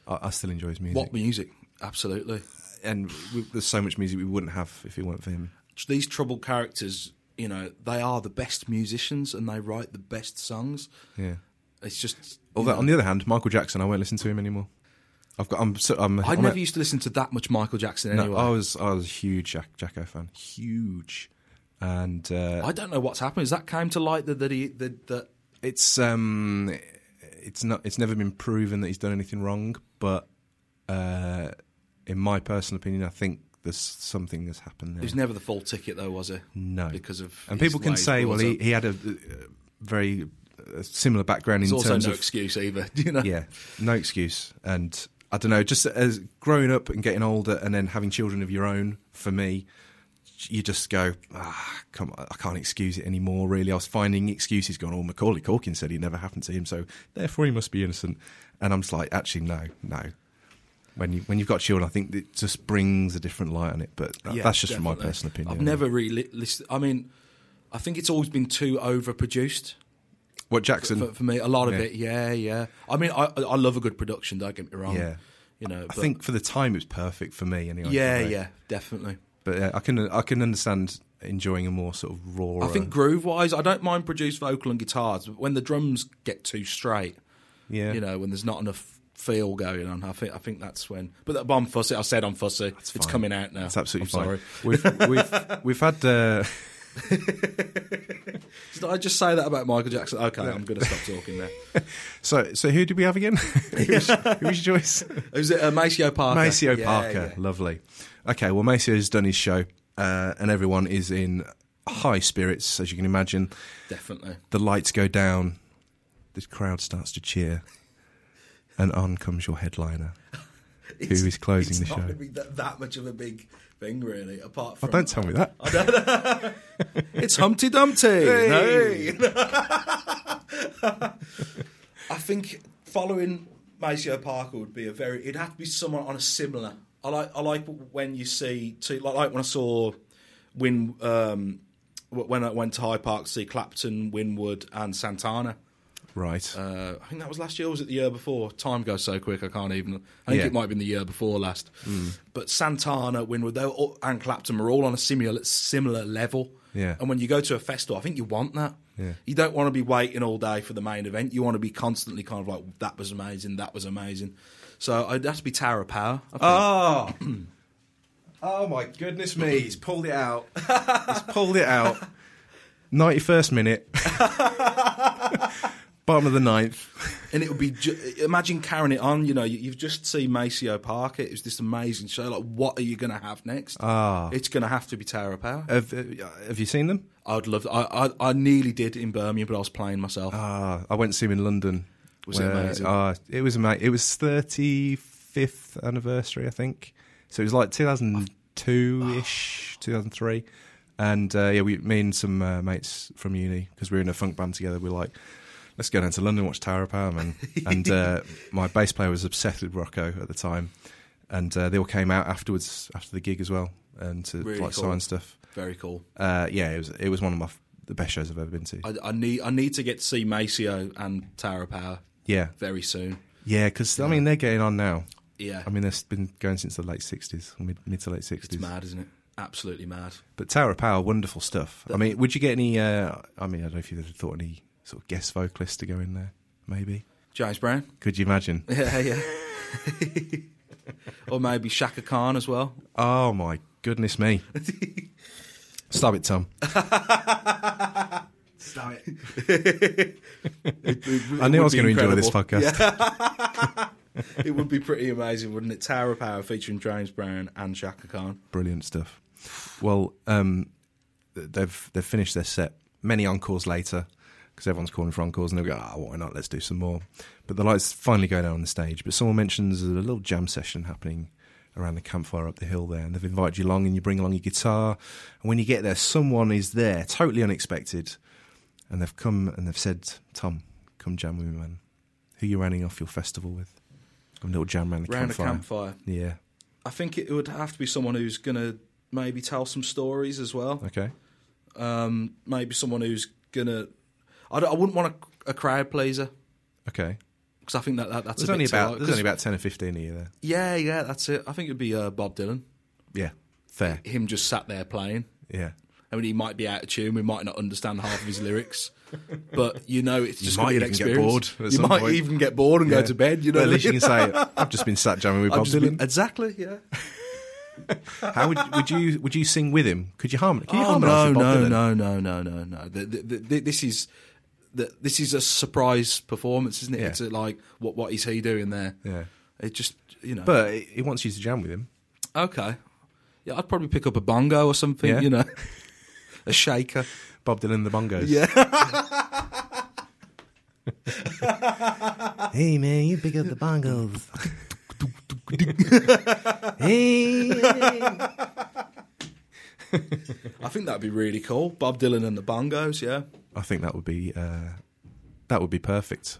B: I, I, I still enjoy his music,
C: What music? Absolutely.
B: and we, there's so much music we wouldn't have if it weren't for him.
C: These troubled characters, you know, they are the best musicians and they write the best songs.
B: Yeah.
C: It's just.
B: Although
C: you know,
B: on the other hand, Michael Jackson, I won't listen to him anymore. I've got. I'm. So, I'm.
C: I
B: I'm
C: never
B: a-
C: used to listen to that much Michael Jackson
B: No, Oh.
C: anyway.
B: I was. I was a huge Jack Jacko fan. Huge, and uh,
C: I don't know what's happened. Has that came to light that, that he that, that
B: it's um it's not it's never been proven that he's done anything wrong but uh in my personal opinion i think there's something that's happened
C: it was
B: there
C: never the full ticket though, was it?
B: no
C: Because of
B: and
C: his
B: people can
C: ways
B: say well
C: brought
B: he,
C: up.
B: he had a, uh very uh similar background
C: It's
B: in
C: also
B: terms
C: no
B: of
C: excuse either. You know.
B: yeah no excuse and i don't know just as growing up and getting older and then having children of your own for me you just go ah come on, i can't excuse it anymore really i was finding excuses going oh macaulay Culkin said it never happened to him so therefore he must be innocent and i'm just like actually no no when you when you've got children i think it just brings a different light on it but that-
C: Yeah,
B: that's just from my
C: definitely.
B: personal opinion
C: I've never really listened. I mean, I think it's always been too overproduced
B: what
C: for,
B: jackson
C: for, for me. A lot of
B: Yeah.
C: it, yeah, yeah. I mean, I I love a good production. Don't get me wrong.
B: Yeah.
C: you know.
B: i
C: but-
B: think for the time it was perfect for me anyway
C: Yeah,
B: But-
C: yeah, definitely.
B: but yeah, i can i can understand enjoying a more sort of raw
C: I think groove wise, I don't mind produced vocal and guitars, but when the drums get too straight,
B: yeah
C: you know, when there's not enough feel going on. I think I think that's when. But, that, but I'm fussy. I said I'm fussy. it's
B: fine.
C: coming out now.
B: That's absolutely
C: I'm
B: fine.
C: Sorry.
B: We've, we've, we've had. Uh,
C: Did I just say that about Michael Jackson? Okay, I'm going to stop talking there.
B: so, so who did we have again? who, was, who was your choice?
C: Who's it? Uh, Maceo Parker.
B: Maceo
C: Yeah,
B: Parker.
C: yeah.
B: Lovely. Okay, well, Maceo's done his show, uh, and everyone is in high spirits, as you can imagine.
C: Definitely.
B: The lights go down, the crowd starts to cheer, and on comes your headliner.
C: It's-
B: is closing
C: it's
B: the
C: not
B: show?
C: gonna be that, that much of a big thing, really. Apart
B: Oh,
C: from
B: don't tell me that.
C: it's Humpty Dumpty.
B: Hey.
C: Hey. I think following Maceo Parker would be a very. It'd have to be someone on a similar. I like. I like when you see. Two, like, like when I saw Win. Um, wh- when I went to High Park to see Clapton, Winwood, and Santana.
B: Right.
C: Uh, I think that was last year. or Was it the year before? Time goes so quick. I can't even. I think
B: Yeah. Hmm.
C: it might have been the year before last. But Santana, Winwood, they were all, and Clapton were all on a similar similar level.
B: Yeah.
C: And when you go to a festival, I think you want that.
B: Yeah.
C: You don't want to be waiting all day for the main event. You want to be constantly kind of like that was amazing, that was amazing. So I'd have to be Tower of Power. I think.
B: Oh. oh my goodness me. He's pulled it out. He's pulled it out. 91st minute. Bottom of the ninth.
C: and it would be ju- imagine carrying it on. You know, you, you've just seen Maceo Parker. It was this amazing show. Like, what are you going to have next?
B: Ah.
C: It's going to have to be Tower of Power.
B: Have, have you seen them?
C: I'd love. I, I I nearly did in Birmingham, but I was playing myself.
B: Ah, I went to see him in London.
C: Was it amazing?
B: ah, it was amazing. It was 35th anniversary, I think. So it was like 2002 ish, 2003. And uh, yeah, we, me and some uh, mates from uni, because we were in a funk band together, we were like, let's go down to London and watch Tower of Power, man. and uh, my bass player was obsessed with Rocco at the time. And uh, they all came out afterwards, after the gig as well, and to
C: Really
B: like
C: cool.
B: sign stuff.
C: Very cool.
B: Uh, yeah, it was it was one of my f- the best shows I've ever been to.
C: I, I need I need to get to see Maceo and Tower of Power
B: yeah,
C: very soon.
B: Yeah, because I mean they're getting on now.
C: Yeah,
B: I mean they've been going since the late sixties, mid, mid to late
C: it's
B: sixties.
C: mad, isn't it? Absolutely mad.
B: But Tower of Power, wonderful stuff. I mean, would you get any? Uh, I mean, I don't know if you would have thought any sort of guest vocalists to go in there. Maybe
C: James Brown.
B: could you imagine?
C: Yeah, yeah. or maybe Shaka Khan as well.
B: Oh my goodness me! Stop it, Tom.
C: Stop it.
B: I knew I
C: would
B: was
C: be
B: going to enjoy this
C: incredible.
B: podcast.
C: It would be pretty amazing, wouldn't it? Tower of Power featuring James Brown and Shaka Khan.
B: Brilliant stuff. Well, um, th- they've they've finished their set. Many encores later, because everyone's calling for encores, and they'll go, "Ah, why not? Let's do some more." But the lights finally go down on the stage. But someone mentions a little jam session happening around the campfire up the hill there, and they've invited you along, and you bring along your guitar. And when you get there, someone is there, totally unexpected, and they've come and they've said, "Tom, come jam with me, man. Who you running off your festival with? A little jam around the
C: Round
B: campfire."
C: a campfire.
B: Yeah.
C: I think it would have to be someone who's going to maybe tell some stories as well.
B: Okay.
C: um, maybe someone who's gonna. I, don't- I wouldn't want a, a crowd pleaser
B: Okay.
C: because I think that, that that's
B: There's
C: a bit
B: only
C: too
B: about
C: hard,
B: there's
C: 'cause-
B: only about ten or fifteen a year there.
C: yeah, yeah, that's it. I think it'd be uh, Bob Dylan.
B: Yeah, fair.
C: Him just sat there playing.
B: Yeah,
C: I mean, he might be out of tune. We might not understand half of his lyrics, but you know, it's just
B: might
C: gonna be an
B: even get
C: experience.
B: bored at
C: you
B: some
C: might
B: point.
C: even get bored and
B: Yeah.
C: go to bed. You know,
B: But at
C: what I
B: least you
C: mean?
B: can say I've just been sat jamming with
C: I've
B: Bob
C: just
B: Dylan.
C: been- exactly. Yeah.
B: How would would you would you sing with him? Could you harmonize? Can you
C: oh
B: harmonize
C: no,
B: with Bob
C: no,
B: Dylan?
C: no, no, no, no, no. The, the, the, the, this is the, this is a surprise performance, isn't it?
B: Yeah.
C: It's a, like what what is he doing there?
B: Yeah,
C: It just you know.
B: but he he wants you to jam with him.
C: Okay. Yeah, I'd probably pick up a bongo or something,
B: Yeah.
C: you know. a shaker.
B: Bob Dylan and the bongos.
C: Yeah.
B: Hey man, you pick up the bongos. hey.
C: I think that'd be really cool. Bob Dylan and the bongos, yeah.
B: I think that would be uh, that would be perfect.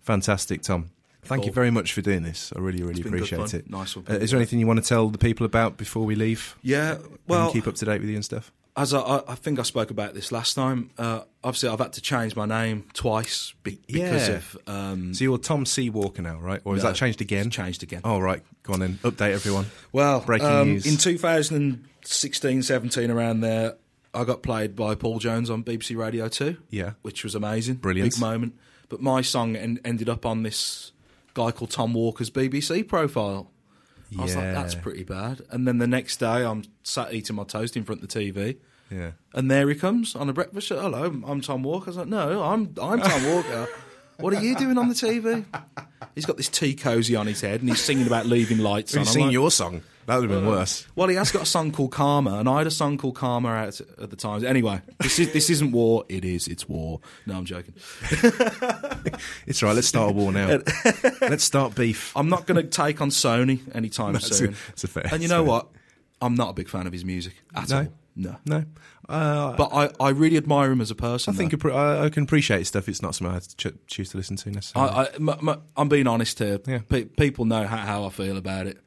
B: Fantastic, Tom. Thank you
C: Cool.
B: very much for doing this. I really, really
C: been good
B: appreciate
C: fun.
B: it.
C: Nice one.
B: Uh, is there anything you want to tell the people about before we leave?
C: Yeah.
B: Can
C: Well,
B: keep up to date with you and stuff.
C: as I- I, I think I spoke about this last time, uh, obviously I've had to change my name twice be- because
B: Yeah.
C: of um
B: So you're Tom C. Walker now, right? Or is
C: No,
B: that changed again?
C: it's changed again.
B: Oh, right. Go on then. Update everyone.
C: Well,
B: Breaking
C: um,
B: news.
C: In 2016, 17, around there, I got played by Paul Jones on BBC Radio 2.
B: Yeah.
C: Which was amazing.
B: Brilliant.
C: Big moment. But my song en- ended up on this guy called Tom Walker's BBC profile. I was like, that's pretty bad. And then the next day, I'm sat eating my toast in front of the TV.
B: Yeah.
C: And there he comes on a breakfast show. Hello, I'm Tom Walker. I was like, no, I'm I'm Tom Walker. What are you doing on the TV? He's got this tea cozy on his head, and he's singing about leaving lights.
B: Have
C: on.
B: you
C: I'm
B: seen
C: like,
B: your song? That would have
C: Uh.
B: been worse.
C: Well, he has got a song called Karma, and I had a song called Karma out at the time. Anyway, this is this isn't war. It is. It's war. No, I'm joking.
B: It's all right. Let's start a war now. let's start beef.
C: I'm not going to take on Sony anytime
B: That's
C: soon.
B: a- that's a fair-
C: And you know what? I'm not a big fan of his music at
B: No?
C: all. No.
B: No, uh,
C: But I, I really admire him as a person.
B: I think appre- I, I can appreciate stuff. It's not something I ch- choose to listen to necessarily.
C: I, I, m- m- I'm being honest here.
B: Yeah. Hmm.
C: Pe- people know how, how I feel about it.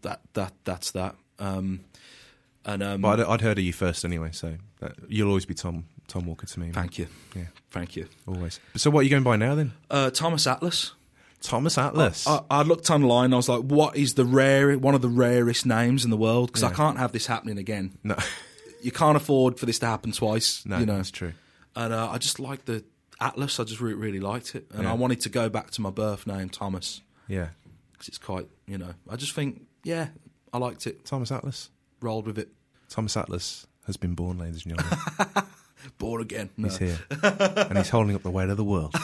C: That that that's that. Um, and um,
B: but I'd, I'd heard of you first anyway, so that, you'll always be Tom Tom Walker to me.
C: thank you,
B: Yeah,
C: thank you.
B: always. So what are you going by now then?
C: Uh, Thomas Atlas.
B: Thomas
C: Uh,
B: Atlas.
C: I, I looked online. I was like, "What is the rare? One of the rarest names in the world?" Because I
B: Yeah.
C: can't have this happening again.
B: no,
C: You can't afford for this to happen twice.
B: no,
C: you know.
B: that's true.
C: And uh, I just liked the Atlas. I just re- really liked it, and
B: Yeah.
C: I wanted to go back to my birth name, Thomas,
B: Yeah,
C: because it's quite. You know, I just think, yeah, I liked it.
B: Thomas Atlas.
C: Rolled with it.
B: Thomas Atlas has been born, ladies and gentlemen.
C: Born again. No.
B: He's here, and he's holding up the weight of the world.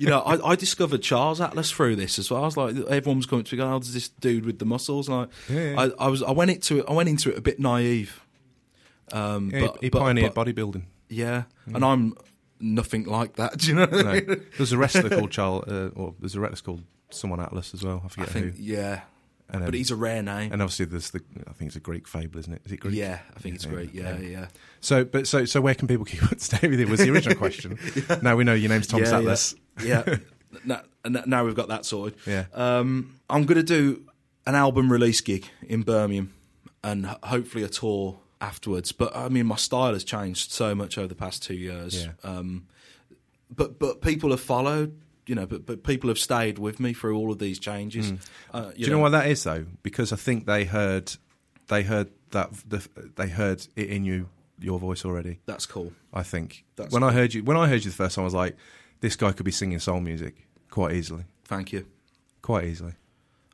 C: You know, I, I discovered Charles Atlas through this as well. I was like, everyone's coming to me going, "Oh, there's this dude with the muscles." And I,
B: Yeah, yeah.
C: I, I was, I went into it, I went into it a bit naive. Um,
B: Yeah,
C: but,
B: he
C: but-
B: pioneered
C: but-
B: bodybuilding.
C: yeah, and I'm nothing like that. Do you know? What I,
B: Hmm. No,
C: mean?
B: there's a wrestler called Charles, uh, or there's a wrestler called someone Atlas as well. I
C: I
B: forget
C: think,
B: who.
C: yeah,
B: And, um,
C: but he's a rare name.
B: and obviously there's the I think it's a Greek fable, isn't it? Is it Greek?
C: yeah, I think it's great. Yeah, yeah.
B: So, but so so where can people keep up to date with it? Was the original question. Now we know your name's Thomas
C: yeah,
B: Atlas.
C: Yeah. yeah. Now, and now we've got that sorted.
B: Yeah.
C: Um, I'm going to do an album release gig in Birmingham and ho- hopefully a tour afterwards. But I mean, my style has changed so much over the past two years.
B: Yeah.
C: Um, but but people have followed, you know, but, but people have stayed with me through all of these changes. Uh,
B: Hmm. Do you know why that is though? Because I think they heard they heard that the, they heard it in you your voice already.
C: That's cool.
B: I think
C: That's
B: when I heard you when I heard you the first time, I was like, this guy could be singing soul music quite easily,
C: Thank you.
B: quite easily.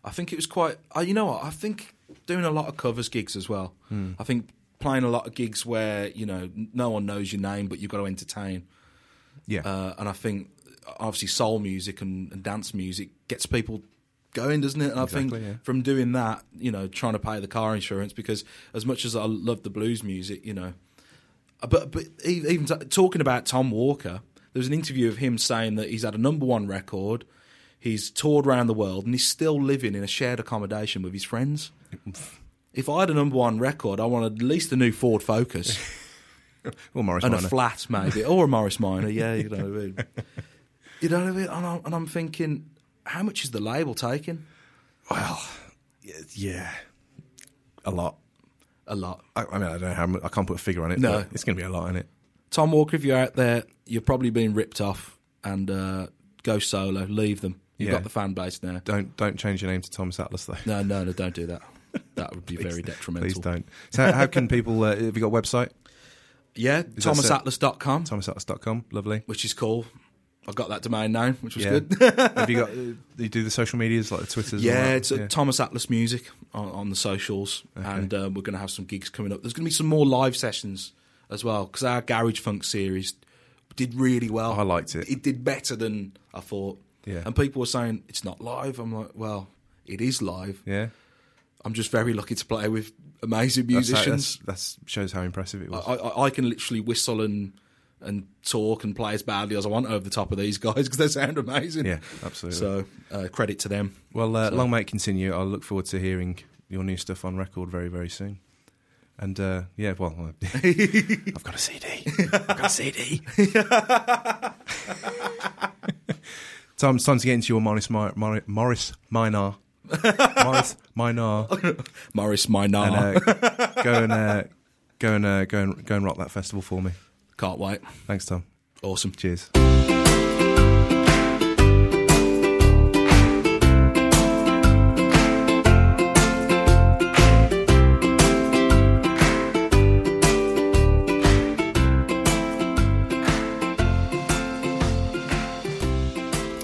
C: I think it was quite. Uh, you know what? I think doing a lot of covers gigs as well.
B: Hmm.
C: I think playing a lot of gigs where you know n- no one knows your name, but you've got to entertain.
B: Yeah,
C: Uh, and I think obviously soul music and, and dance music gets people going, doesn't it? And I
B: Exactly,
C: think
B: yeah.
C: from doing that, you know, trying to pay the car insurance because as much as I love the blues music, you know, uh, but but e- even t- talking about Tom Walker, there was an interview of him saying that he's had a number one record. He's toured around the world and he's still living in a shared accommodation with his friends. If I had a number one record, I want at least a new Ford Focus
B: or Morris
C: and
B: Minor.
C: a flat maybe, or a Morris Minor. Yeah, you know what I mean. You know what I mean. And I'm, and I'm thinking, how much is the label taking?
B: yeah, a lot.
C: A lot.
B: I, I mean, I don't know how mu- I can't put a figure on it.
C: No.
B: but it's going to be a lot in it.
C: Tom Walker, if you're out there, you're probably being ripped off, and uh, go solo. Leave them. You've
B: Yeah.
C: got the fan base now.
B: Don't don't change your name to Thomas Atlas though.
C: No, no, no, don't do that. That would be very detrimental.
B: Please don't. So, how can people? Uh, have you got a website?
C: Yeah,
B: that
C: thomasatlas.com,
B: ThomasAtlas.com. Lovely.
C: which is cool. I got that domain name, which was
B: yeah.
C: good.
B: have you got? uh, You do the social medias like the Twitters? and all
C: Yeah,
B: that?
C: it's uh Thomas Atlas Music on, on the socials, and um, we're going to have some gigs coming up. There's going to be some more live sessions as well because our Garage Funk series did really well.
B: I liked it.
C: It did better than I thought.
B: Yeah.
C: and people were saying it's not live. I'm like, well, it is live.
B: yeah.
C: I'm just very lucky to play with amazing
B: That's how-
C: musicians. Oh.
B: that's, that's shows how impressive it
C: I,
B: was.
C: I, I can literally whistle and and talk and play as badly as I want over the top of these guys because they sound amazing.
B: yeah, absolutely.
C: So uh, credit to them.
B: well, uh,
C: so-
B: long may it continue. I look forward to hearing your new stuff on record very, very soon. And uh, yeah, well, I- I've got a CD. I've got a CD. Tom, it's time to get into your Morris Mi- Mor- Morris Minor. Morris Minor.
C: Oh, Morris Minard.
B: and uh, go and uh, go and uh, go and go and rock that festival for me.
C: Can't wait.
B: Thanks, Tom.
C: Awesome.
B: Cheers.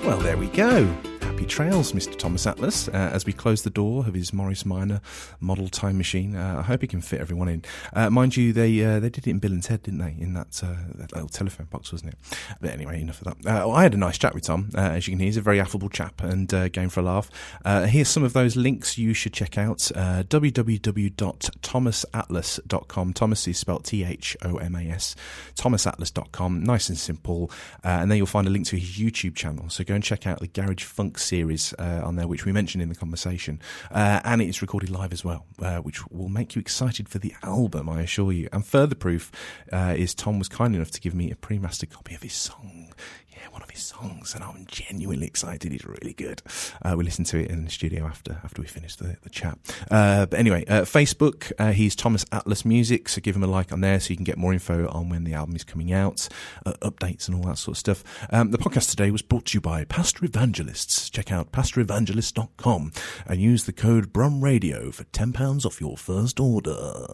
B: Well, Well, there we go. Happy trails, Mr. Thomas Atlas, uh, as we close the door of his Morris Minor model time machine. Uh, I hope he can fit everyone in. Uh, mind you, they uh, they did it in Bill and Ted, didn't they? In that, uh, that little telephone box, wasn't it? But anyway, enough of that. Uh, well, I had a nice chat with Tom. Uh, as you can hear, he's a very affable chap and uh, game for a laugh. Uh, here's some of those links you should check out. Uh, www.thomasatlas.com. Thomas is spelled T H O M A S. Thomasatlas.com. Nice and simple. Uh, and there you'll find a link to his YouTube channel. So go and check out the Garage Funk series uh, on there, which we mentioned in the conversation. Uh, and it's recorded live as well, uh, which will make you excited for the album, I assure you. And further proof uh, is Tom was kind enough to give me a pre mastered copy of his song. Yeah, one of his songs, and I'm genuinely excited. It's really good. Uh, we listened to it in the studio after after we finished the, the chat. Uh, but anyway, uh, Facebook, uh, he's Thomas Atlas Music, so give him a like on there so you can get more info on when the album is coming out, uh, updates, and all that sort of stuff. Um, the podcast today was brought to you by Pastor Evangelists. Check out pastorevangelists.com and use the code BRUMRADIO for £10 off your first order.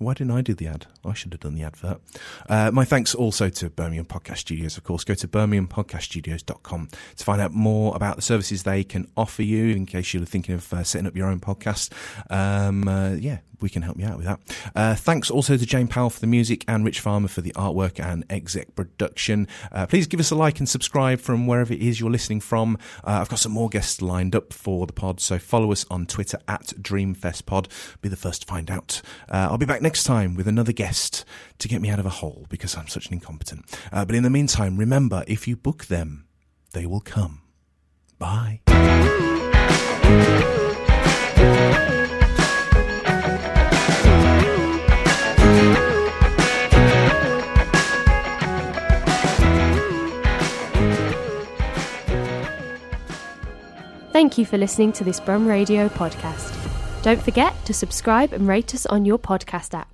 B: Why didn't I do the ad? I should have done the advert. Uh, my thanks also to Birmingham Podcast Studios, of course. Go to birminghampodcaststudios.com to find out more about the services they can offer you in case you're thinking of uh, setting up your own podcast. Um, uh, yeah, we can help you out with that. Uh, thanks also to Jane Powell for the music and Rich Farmer for the artwork and exec production. Uh, please give us a like and subscribe from wherever it is you're listening from. Uh, I've got some more guests lined up for the pod, so follow us on Twitter at DreamFestPod. Be the first to find out. Uh, I'll be back next time with another guest to get me out of a hole because I'm such an incompetent. Uh, but in the meantime, remember if you book them, they will come. Bye.
A: Thank you for listening to this Brum Radio podcast. Don't forget to subscribe and rate us on your podcast app.